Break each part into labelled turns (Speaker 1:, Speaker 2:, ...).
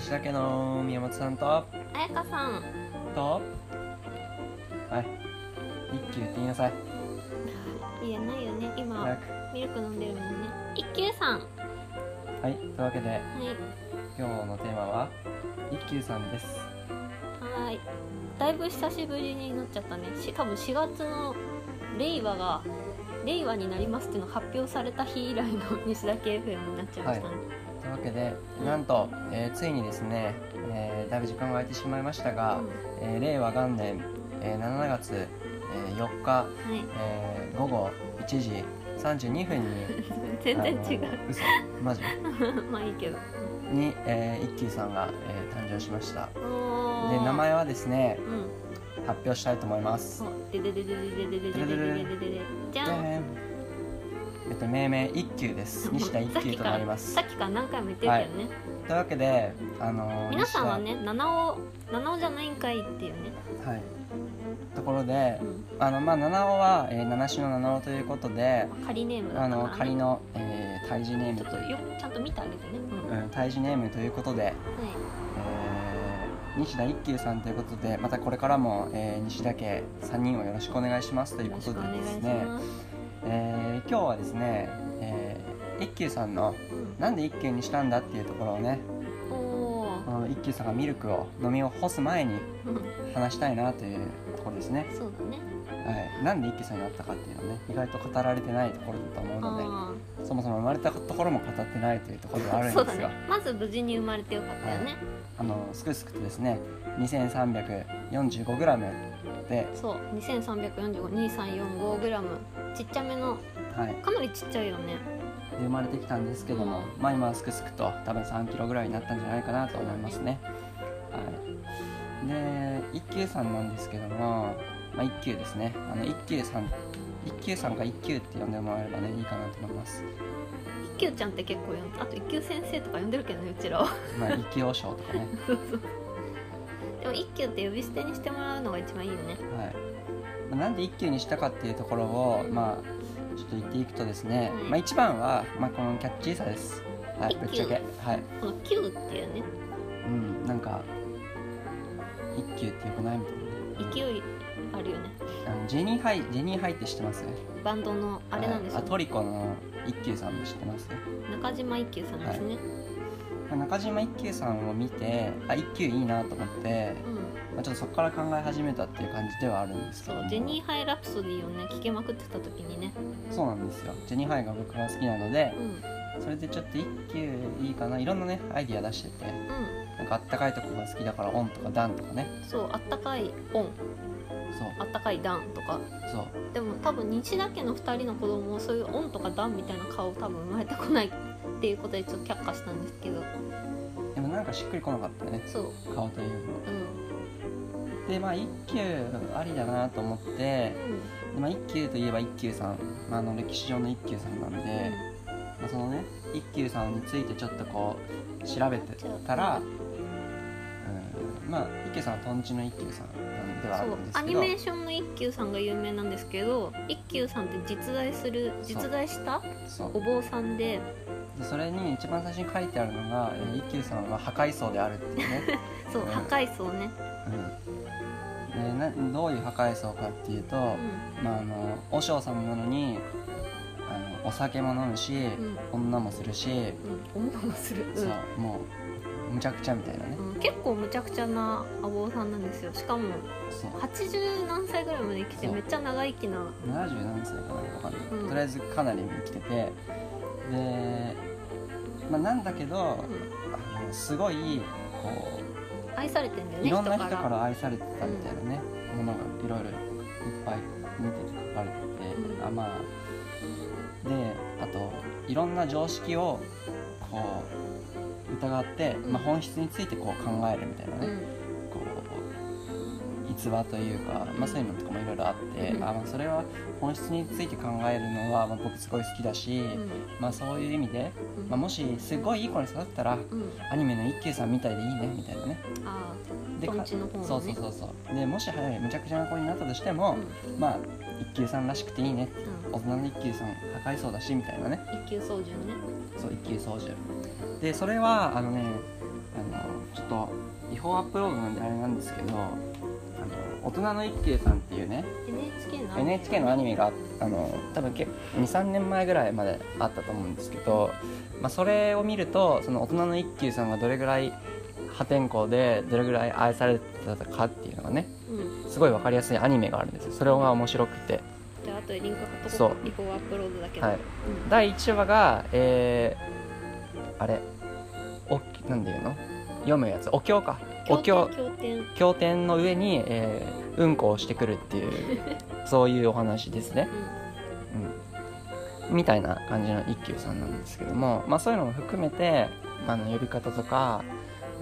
Speaker 1: しだけの宮本さんと
Speaker 2: あやかさん
Speaker 1: とはい一休って言いなさい
Speaker 2: いやないよね
Speaker 1: 早
Speaker 2: 今
Speaker 1: く
Speaker 2: ミルク飲んでるもんね一休さんは
Speaker 1: はいというわけで
Speaker 2: い
Speaker 1: 今日のテーマは一休さんです
Speaker 2: はーいだいぶ久しぶりになっちゃったねし多分4月の令和が令和になりますっていうの発表された日以来の西田家 FM になっちゃいましたね、
Speaker 1: というわけでなんと、えーついにですね、えーだいぶ時間が空いてしまいましたが、えー令和元年、えー7月、えー4日、
Speaker 2: うんはい、
Speaker 1: えー午後1時32分 に
Speaker 2: 全然違
Speaker 1: あ
Speaker 2: う
Speaker 1: の嘘マジ
Speaker 2: まあいいけど
Speaker 1: に、えー一休さんが、えー誕生しました
Speaker 2: お
Speaker 1: で
Speaker 2: ー
Speaker 1: 名前はですね
Speaker 2: うん
Speaker 1: 発表したいと思います
Speaker 2: おででででででででででででででじ
Speaker 1: で
Speaker 2: ゃん
Speaker 1: えっと命名一休 です西田一
Speaker 2: さっ
Speaker 1: 休
Speaker 2: き
Speaker 1: と
Speaker 2: から
Speaker 1: なります
Speaker 2: さっきから何回も言ってるけどね、
Speaker 1: というわけであのー
Speaker 2: 皆さんはね七尾七尾じゃないんかいっていうね、
Speaker 1: 西田はいところで
Speaker 2: うん
Speaker 1: あのまあ七尾は、えー七種の七尾ということで
Speaker 2: 仮ネームだ
Speaker 1: あ
Speaker 2: ったから、
Speaker 1: の
Speaker 2: ね、
Speaker 1: 仮の、えー、胎児ネー
Speaker 2: ち
Speaker 1: ム
Speaker 2: ょっ
Speaker 1: と
Speaker 2: と
Speaker 1: いう
Speaker 2: よちゃんと見てあげてね、うん
Speaker 1: う
Speaker 2: はい
Speaker 1: ん胎児ネームということでえー西田一休さんということでまたこれからも、えー西田家3人をよろしくお願いしますという
Speaker 2: よ
Speaker 1: こ
Speaker 2: ろし
Speaker 1: と
Speaker 2: くお
Speaker 1: で
Speaker 2: 願い
Speaker 1: です
Speaker 2: し
Speaker 1: ね、
Speaker 2: ます、
Speaker 1: えー今日はですね、えー一休さんの
Speaker 2: うん
Speaker 1: なんで一休にしたんだっていうところをね
Speaker 2: おー
Speaker 1: この一休さんがミルクを飲みを干す前に
Speaker 2: うん
Speaker 1: 話したいなというところですね、
Speaker 2: そうだね
Speaker 1: はい、なんで一休さんになったかっていうのはね意外と語られてないところだと思うの
Speaker 2: あ
Speaker 1: でそもそも生まれたところも語ってないというところがある
Speaker 2: ー
Speaker 1: ん
Speaker 2: そう
Speaker 1: で
Speaker 2: だ
Speaker 1: すが、
Speaker 2: ねまず無事に生まれてよかったよね、
Speaker 1: あのすくすくとですね 2345g で、
Speaker 2: そう234523445g ちっちゃめの
Speaker 1: はい、
Speaker 2: かなりちっちゃいよね
Speaker 1: で生まれてきたんですけども、まあ今はすくすくと多分3キロぐらいになったんじゃないかなと思いますね。はい、で一休さんなんですけども、まあ、一休ですねあの一休さん一休さんか一休って呼んでもらえればねいいかなと思います。
Speaker 2: 一休ちゃんって結構呼んあと一休先生とか呼んでるけどねうちらは
Speaker 1: まあ一休賞とかね。
Speaker 2: でも一休って呼び捨てにしてもらうのが一番いいよね
Speaker 1: はいまあなんで一休にしたかっていうところを、まあ、ちょっと言っていくとですね、
Speaker 2: はい
Speaker 1: まあ、一番は、まあ、このキャッチーさです、はい、ぶっちゃけ、はい
Speaker 2: この「休」っていうね
Speaker 1: うん、なんか一休ってよくないみたいな
Speaker 2: 勢いあるよね
Speaker 1: あのジェニーハイジェニーハイって知ってます
Speaker 2: バンドのあれなんですよ、
Speaker 1: はいあトリコの一休さんも知ってます
Speaker 2: 中島一休さんですね、
Speaker 1: 中島一休さんを見てあ一休いいなと思って、
Speaker 2: うん
Speaker 1: まあ、ちょっとそこから考え始めたっていう感じではあるんですけ
Speaker 2: そ
Speaker 1: ど
Speaker 2: う
Speaker 1: も
Speaker 2: ジェニーハイラプソディをね聴けまくってた時にね、
Speaker 1: そうなんですよジェニーハイが僕は好きなので
Speaker 2: うんうん、
Speaker 1: それでちょっと一休いいかないろんなねアイディア出しててなんかあったかいとこが好きだからオンとかダンとかね
Speaker 2: そうあったかいオン
Speaker 1: そ
Speaker 2: あったかいダンとか
Speaker 1: うそう
Speaker 2: でも多分西田家の2人の子供もそういうオンとかダンみたいな顔多分生まれてこないっていうことでちょっと却下したんですけど
Speaker 1: でもなんかしっくりこなかったよね
Speaker 2: そう
Speaker 1: 顔というの
Speaker 2: うん
Speaker 1: でまあ一休ありだなと思って
Speaker 2: うん
Speaker 1: まあ、一休といえば一休さん、まあ、あの歴史上の一休さんなんで、まあ、そのね一休さんについてちょっとこう調べてたら、うん、まあ一休さんはとんちの一休さんなんではあ
Speaker 2: そ
Speaker 1: る
Speaker 2: うん
Speaker 1: です
Speaker 2: ア
Speaker 1: け
Speaker 2: ニ
Speaker 1: ど
Speaker 2: メーションの一休さんが有名なんですけど一休さんって実在する実在した
Speaker 1: そう
Speaker 2: お坊さんで
Speaker 1: でそれに一番最初に書いてあるのが、えー一休さんは破壊層であるっていうね、
Speaker 2: そう破壊層ね、
Speaker 1: うん、でなどういう破壊層かっていうと、
Speaker 2: うん
Speaker 1: まあ、あの和尚さんなのにあのお酒も飲むし、
Speaker 2: うん
Speaker 1: 女もするし、
Speaker 2: うん、女もする、うん
Speaker 1: そうもうむちゃくちゃみたいなね、
Speaker 2: うん結構むちゃくちゃなお坊さんなんですよしかも
Speaker 1: そう
Speaker 2: 80何歳ぐらいまで生きて
Speaker 1: そう
Speaker 2: めっちゃ長生きな
Speaker 1: 70何歳かな分かんない、
Speaker 2: うん
Speaker 1: とりあえずかなり生きててで、まあ、なんだけど、
Speaker 2: うん
Speaker 1: あのすごいこ
Speaker 2: 愛されてんだよ
Speaker 1: う
Speaker 2: ね
Speaker 1: いろんな
Speaker 2: 人
Speaker 1: 人
Speaker 2: から
Speaker 1: から愛されてたみたいなね、ものがいろいろいっぱい見てて書かれてて、
Speaker 2: うん
Speaker 1: あまあであといろんな常識をこう疑って、
Speaker 2: うん
Speaker 1: まあ、本質についてこう考えるみたいなね、
Speaker 2: うん
Speaker 1: こう逸話というか、まあ、そういうのとかもいろいろあって、
Speaker 2: うん
Speaker 1: あまあそれは本質について考えるのは、まあ、僕すごい好きだし、
Speaker 2: うん
Speaker 1: まあ、そういう意味で、
Speaker 2: うん
Speaker 1: まあ、もしすごいいい子に育ったら
Speaker 2: うん
Speaker 1: アニメの一休さんみたいでいいねみたいなね。
Speaker 2: あ
Speaker 1: で
Speaker 2: とんちの方のね
Speaker 1: そうそうそうそうでもし早いむちゃくちゃな子になったとしても、まあ一休さんらしくていいね
Speaker 2: ーうん
Speaker 1: 大人の一休さん破壊そうだしみたいなね
Speaker 2: 一級操縦ね
Speaker 1: そう一級操縦でそれはあのねあのちょっと違法アップロードなんであれなんですけど「あの大人の一休さん」っていうね
Speaker 2: NHK の
Speaker 1: NHK のアニメがあの多分23年前ぐらいまであったと思うんですけど、まあ、それを見るとその大人の一休さんがどれぐらい破天荒でどれぐらい愛されてたかっていうのがね
Speaker 2: うん
Speaker 1: すごい分かりやすいアニメがあるんですよそれが面白くて
Speaker 2: じゃあ後でリンク貼っとこ
Speaker 1: そう
Speaker 2: 違法アップロードだけど、
Speaker 1: はいう第1話がえー、あれおなんていうの読むやつお経か
Speaker 2: ん、
Speaker 1: お経
Speaker 2: 経典
Speaker 1: 経典の上に、えーうんこをしてくるっていうそういうお話ですね、うん、みたいな感じの一休さんなんですけども、まあ、そういうのも含めて、まああの、呼び方とか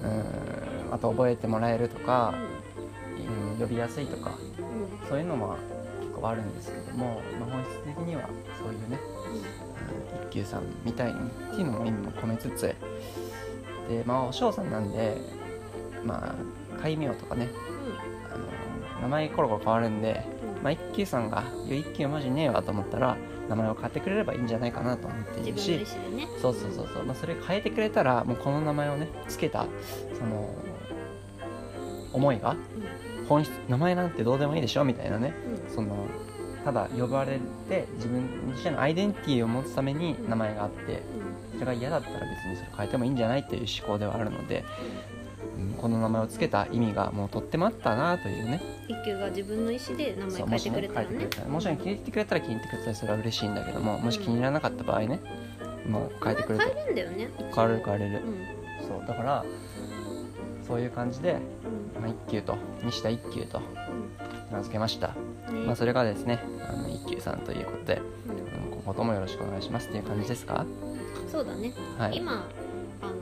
Speaker 1: うーんあと覚えてもらえるとか、うん呼びやすいとか
Speaker 2: うんうんうん
Speaker 1: そういうのは結構あるんですけども、まあ、本質的にはそういうね、うん一休さんみたいにっていうのも意味も込めつつでまあお嬢さんなんでまあ戒名とかねあの名前コロコロ変わるんで、
Speaker 2: うん
Speaker 1: まあ、一休さんが「いや一休マジねえわ」と思ったら名前を変えてくれればいいんじゃないかなと思ってい
Speaker 2: 自
Speaker 1: る
Speaker 2: 分の
Speaker 1: し
Speaker 2: 意思でね
Speaker 1: そうそうそうそう、まあ、それ変えてくれたらもうこの名前をねつけたその思いが
Speaker 2: うん
Speaker 1: 本質名前なんてどうでもいいでしょみたいなね
Speaker 2: うん
Speaker 1: そのただ呼ばれて自分自身のアイデンティティを持つために名前があってそれが嫌だったら別にそれ変えてもいいんじゃないという思考ではあるので、うん、この名前をつけた意味がもうとってもあったなというね
Speaker 2: 一休が自分の意思で名前
Speaker 1: そう
Speaker 2: 変えてくれたら
Speaker 1: もしね変
Speaker 2: ね
Speaker 1: えてくれたらもちろん気に入ってくれたら気に入ってくれたらそれは嬉しいんだけどももし気に入らなかった場合ね、もう変えてくれた
Speaker 2: 変えるんだよね一応
Speaker 1: 変わる変われる
Speaker 2: うんうん
Speaker 1: そうだからそういう感じで、まあ、一休と西田一休と名付けました、
Speaker 2: うんね
Speaker 1: まあ、それがですねあの一休さんということでうん今後ともよろしくお願いしますっていう感じですか
Speaker 2: うんそうだね
Speaker 1: はい
Speaker 2: 今あの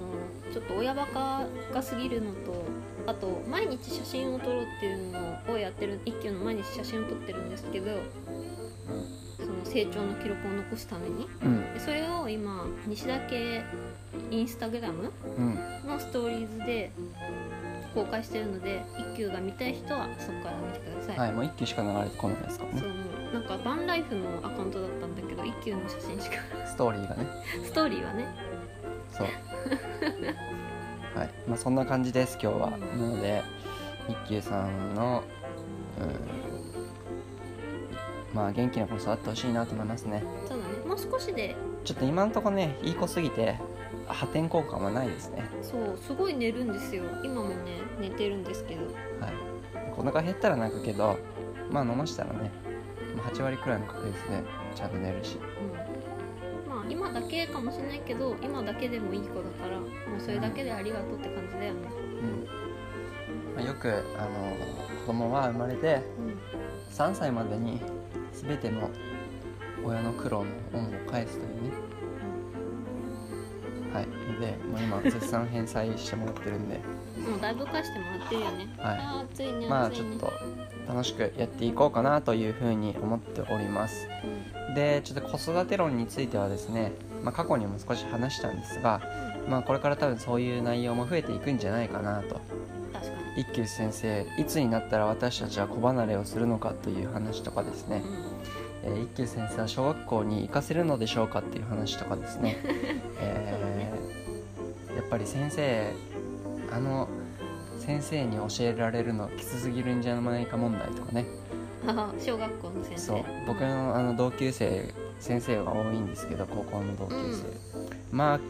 Speaker 2: ちょっと親バカが過ぎるのとあと毎日写真を撮ろうっていうのをやってる一休の毎日写真を撮ってるんですけどその成長の記録を残すために
Speaker 1: うん
Speaker 2: でそれを今西田家インスタグラム
Speaker 1: うん
Speaker 2: のストーリーズで公開してるので一休が見たい人はそこから見てください、
Speaker 1: はいもう一休しか流れてこないですから
Speaker 2: そ
Speaker 1: ね
Speaker 2: うもうなんかバンライフのアカウントだったんだけど一休の写真しか
Speaker 1: ストーリーがね
Speaker 2: ストーリーはね
Speaker 1: そうはいまあそんな感じです今日は
Speaker 2: うん
Speaker 1: なので一休さんのうんまあ元気な子に育ってほしいなと思いますね
Speaker 2: そうだねもう少しで
Speaker 1: ちょっと今んとこねいい子すぎて破天荒感はないですね
Speaker 2: そうすごい寝るんですよ今もね寝てるんですけど
Speaker 1: はいお腹減ったら泣くけどまあ飲ましたらねまあ8割くらいの確率でちゃんと寝るし
Speaker 2: うんまあ今だけかもしれないけど今だけでもいい子だからもうそれだけでありがとうって感じだよね
Speaker 1: うんまあよくあの子供は生まれて
Speaker 2: うん
Speaker 1: 3歳までに全ての親の苦労の恩を返すというねはいでもう今絶賛返済してもらってる んで
Speaker 2: もうだいぶ返してもらってるよね、
Speaker 1: はい
Speaker 2: あー暑いね
Speaker 1: まあ
Speaker 2: 暑
Speaker 1: ち
Speaker 2: い
Speaker 1: ょっ
Speaker 2: ね、
Speaker 1: と楽しくやっていこうかなというふうに思っておりますでちょっと子育て論についてはですね、まあ、過去にも少し話したんですが、まあ、これから多分そういう内容も増えていくんじゃないかなと
Speaker 2: うん、確か
Speaker 1: 一休先生いつになったら私たちは子離れをするのかという話とかですね
Speaker 2: に、うん
Speaker 1: えー一休先生は小学校に行かせるのでしょうかっていう話とかですね, 、えーやっぱり先生あの先生に教えられるのきつすぎるんじゃないか問題とかね
Speaker 2: あー小学校の先生
Speaker 1: そう僕
Speaker 2: うん
Speaker 1: のあの同級生先生が多いんですけど高校の同級生、まあ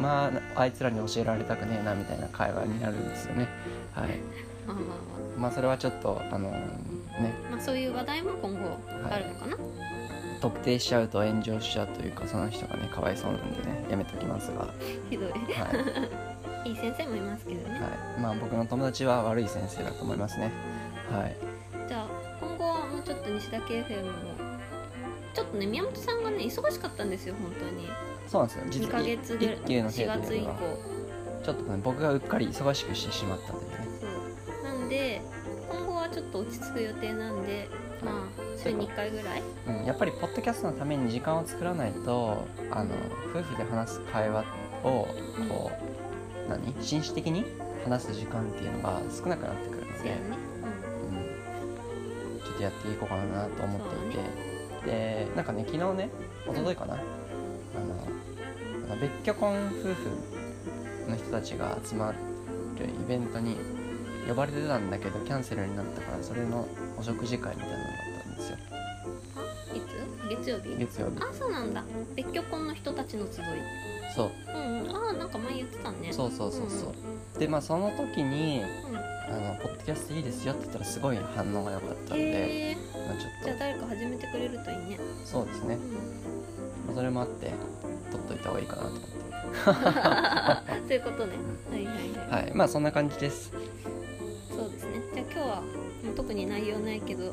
Speaker 1: まああいつらに教えられたくねえなみたいな会話になるんですよねはい
Speaker 2: まあまあ
Speaker 1: まあそれはちょっとあのね
Speaker 2: まあまあそういう話題も今後あるのかな、
Speaker 1: 特定しちゃうと炎上しちゃうというかその人がねかわいそうなんでねやめときますが
Speaker 2: ひどい
Speaker 1: はい、はい
Speaker 2: いい先生もいますけどね、
Speaker 1: まあ僕の友達は悪い先生だと思いますねはい
Speaker 2: じゃあ今後はもうちょっと西田家 FM もちょっとね宮本さんがね忙しかったんですよ本当に
Speaker 1: そうなんですよ
Speaker 2: 2ヶ月ぐらい
Speaker 1: 一級のせ
Speaker 2: 4
Speaker 1: いと
Speaker 2: 月
Speaker 1: い
Speaker 2: 以
Speaker 1: う
Speaker 2: 降
Speaker 1: のはちょっとね僕がうっかり忙しくしてしまったというね
Speaker 2: そうなんで今後はちょっと落ち着く予定なんでまあ週に1回ぐらい
Speaker 1: うん、やっぱりポッドキャストのために時間を作らないとあの夫婦で話す会話をこう何紳士的に話す時間っていうのが少なくなってくるの
Speaker 2: そう
Speaker 1: で、
Speaker 2: やね、
Speaker 1: うん、ちょっとやっていこうかなと思ってい
Speaker 2: そう
Speaker 1: て、でなんかね昨日ね一昨日かな、あのなんか別居婚夫婦の人たちが集まっるイベントに呼ばれてたんだけどキャンセルになったからそれのお食事会みたいなのだったんですよ
Speaker 2: いつ月曜日
Speaker 1: 月曜日
Speaker 2: あそうなんだ別居婚の人たちの集い
Speaker 1: そう
Speaker 2: うんうんああなんか前言ってたね
Speaker 1: そうそうそうそうでまあその時に
Speaker 2: うん
Speaker 1: あの「ポッドキャストいいですよ」って言ったらすごい反応が良かったんで、
Speaker 2: へえ
Speaker 1: まあ、ち
Speaker 2: じ
Speaker 1: ょ
Speaker 2: ゃあ
Speaker 1: っ
Speaker 2: 誰か始めてくれるといいね
Speaker 1: とそうですね
Speaker 2: う、ん
Speaker 1: まあそれもあって取っといた方がいいかなと思って
Speaker 2: ということねはいはいはい、
Speaker 1: はいまあそんな感じです
Speaker 2: そうですねじゃあ今日はもう特に内容ないけど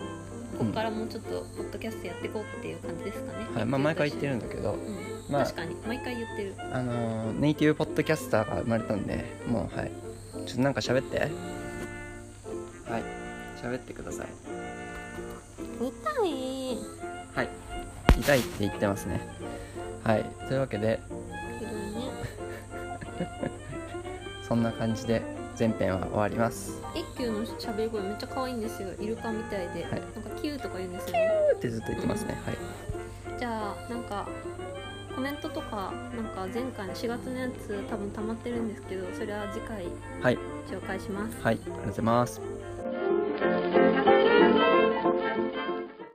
Speaker 2: ここからもうちょっとポッドキャストやっていこうっていう感じですかね、
Speaker 1: はいまあ毎回言ってるんだけど
Speaker 2: うん、
Speaker 1: まあ
Speaker 2: 確かに毎回言ってる
Speaker 1: あのーネイティブポッドキャスターが生まれたんでもうはいちょっとなんか喋ってはい喋ってください
Speaker 2: 見たい
Speaker 1: はい痛いって言ってますねはいというわけで
Speaker 2: ひどいね
Speaker 1: そんな感じで前編は終わります
Speaker 2: 一休の喋り声めっちゃ可愛いんですよイルカみたいで、
Speaker 1: はい
Speaker 2: なんかキューとか言うんですよね
Speaker 1: ふーってずっと言ってますねはい
Speaker 2: じゃあなんかコメントとかなんか前回の4月のやつ多分溜まってるんですけどそれは次回
Speaker 1: はい
Speaker 2: 紹介します
Speaker 1: はいありがとうございます
Speaker 3: 「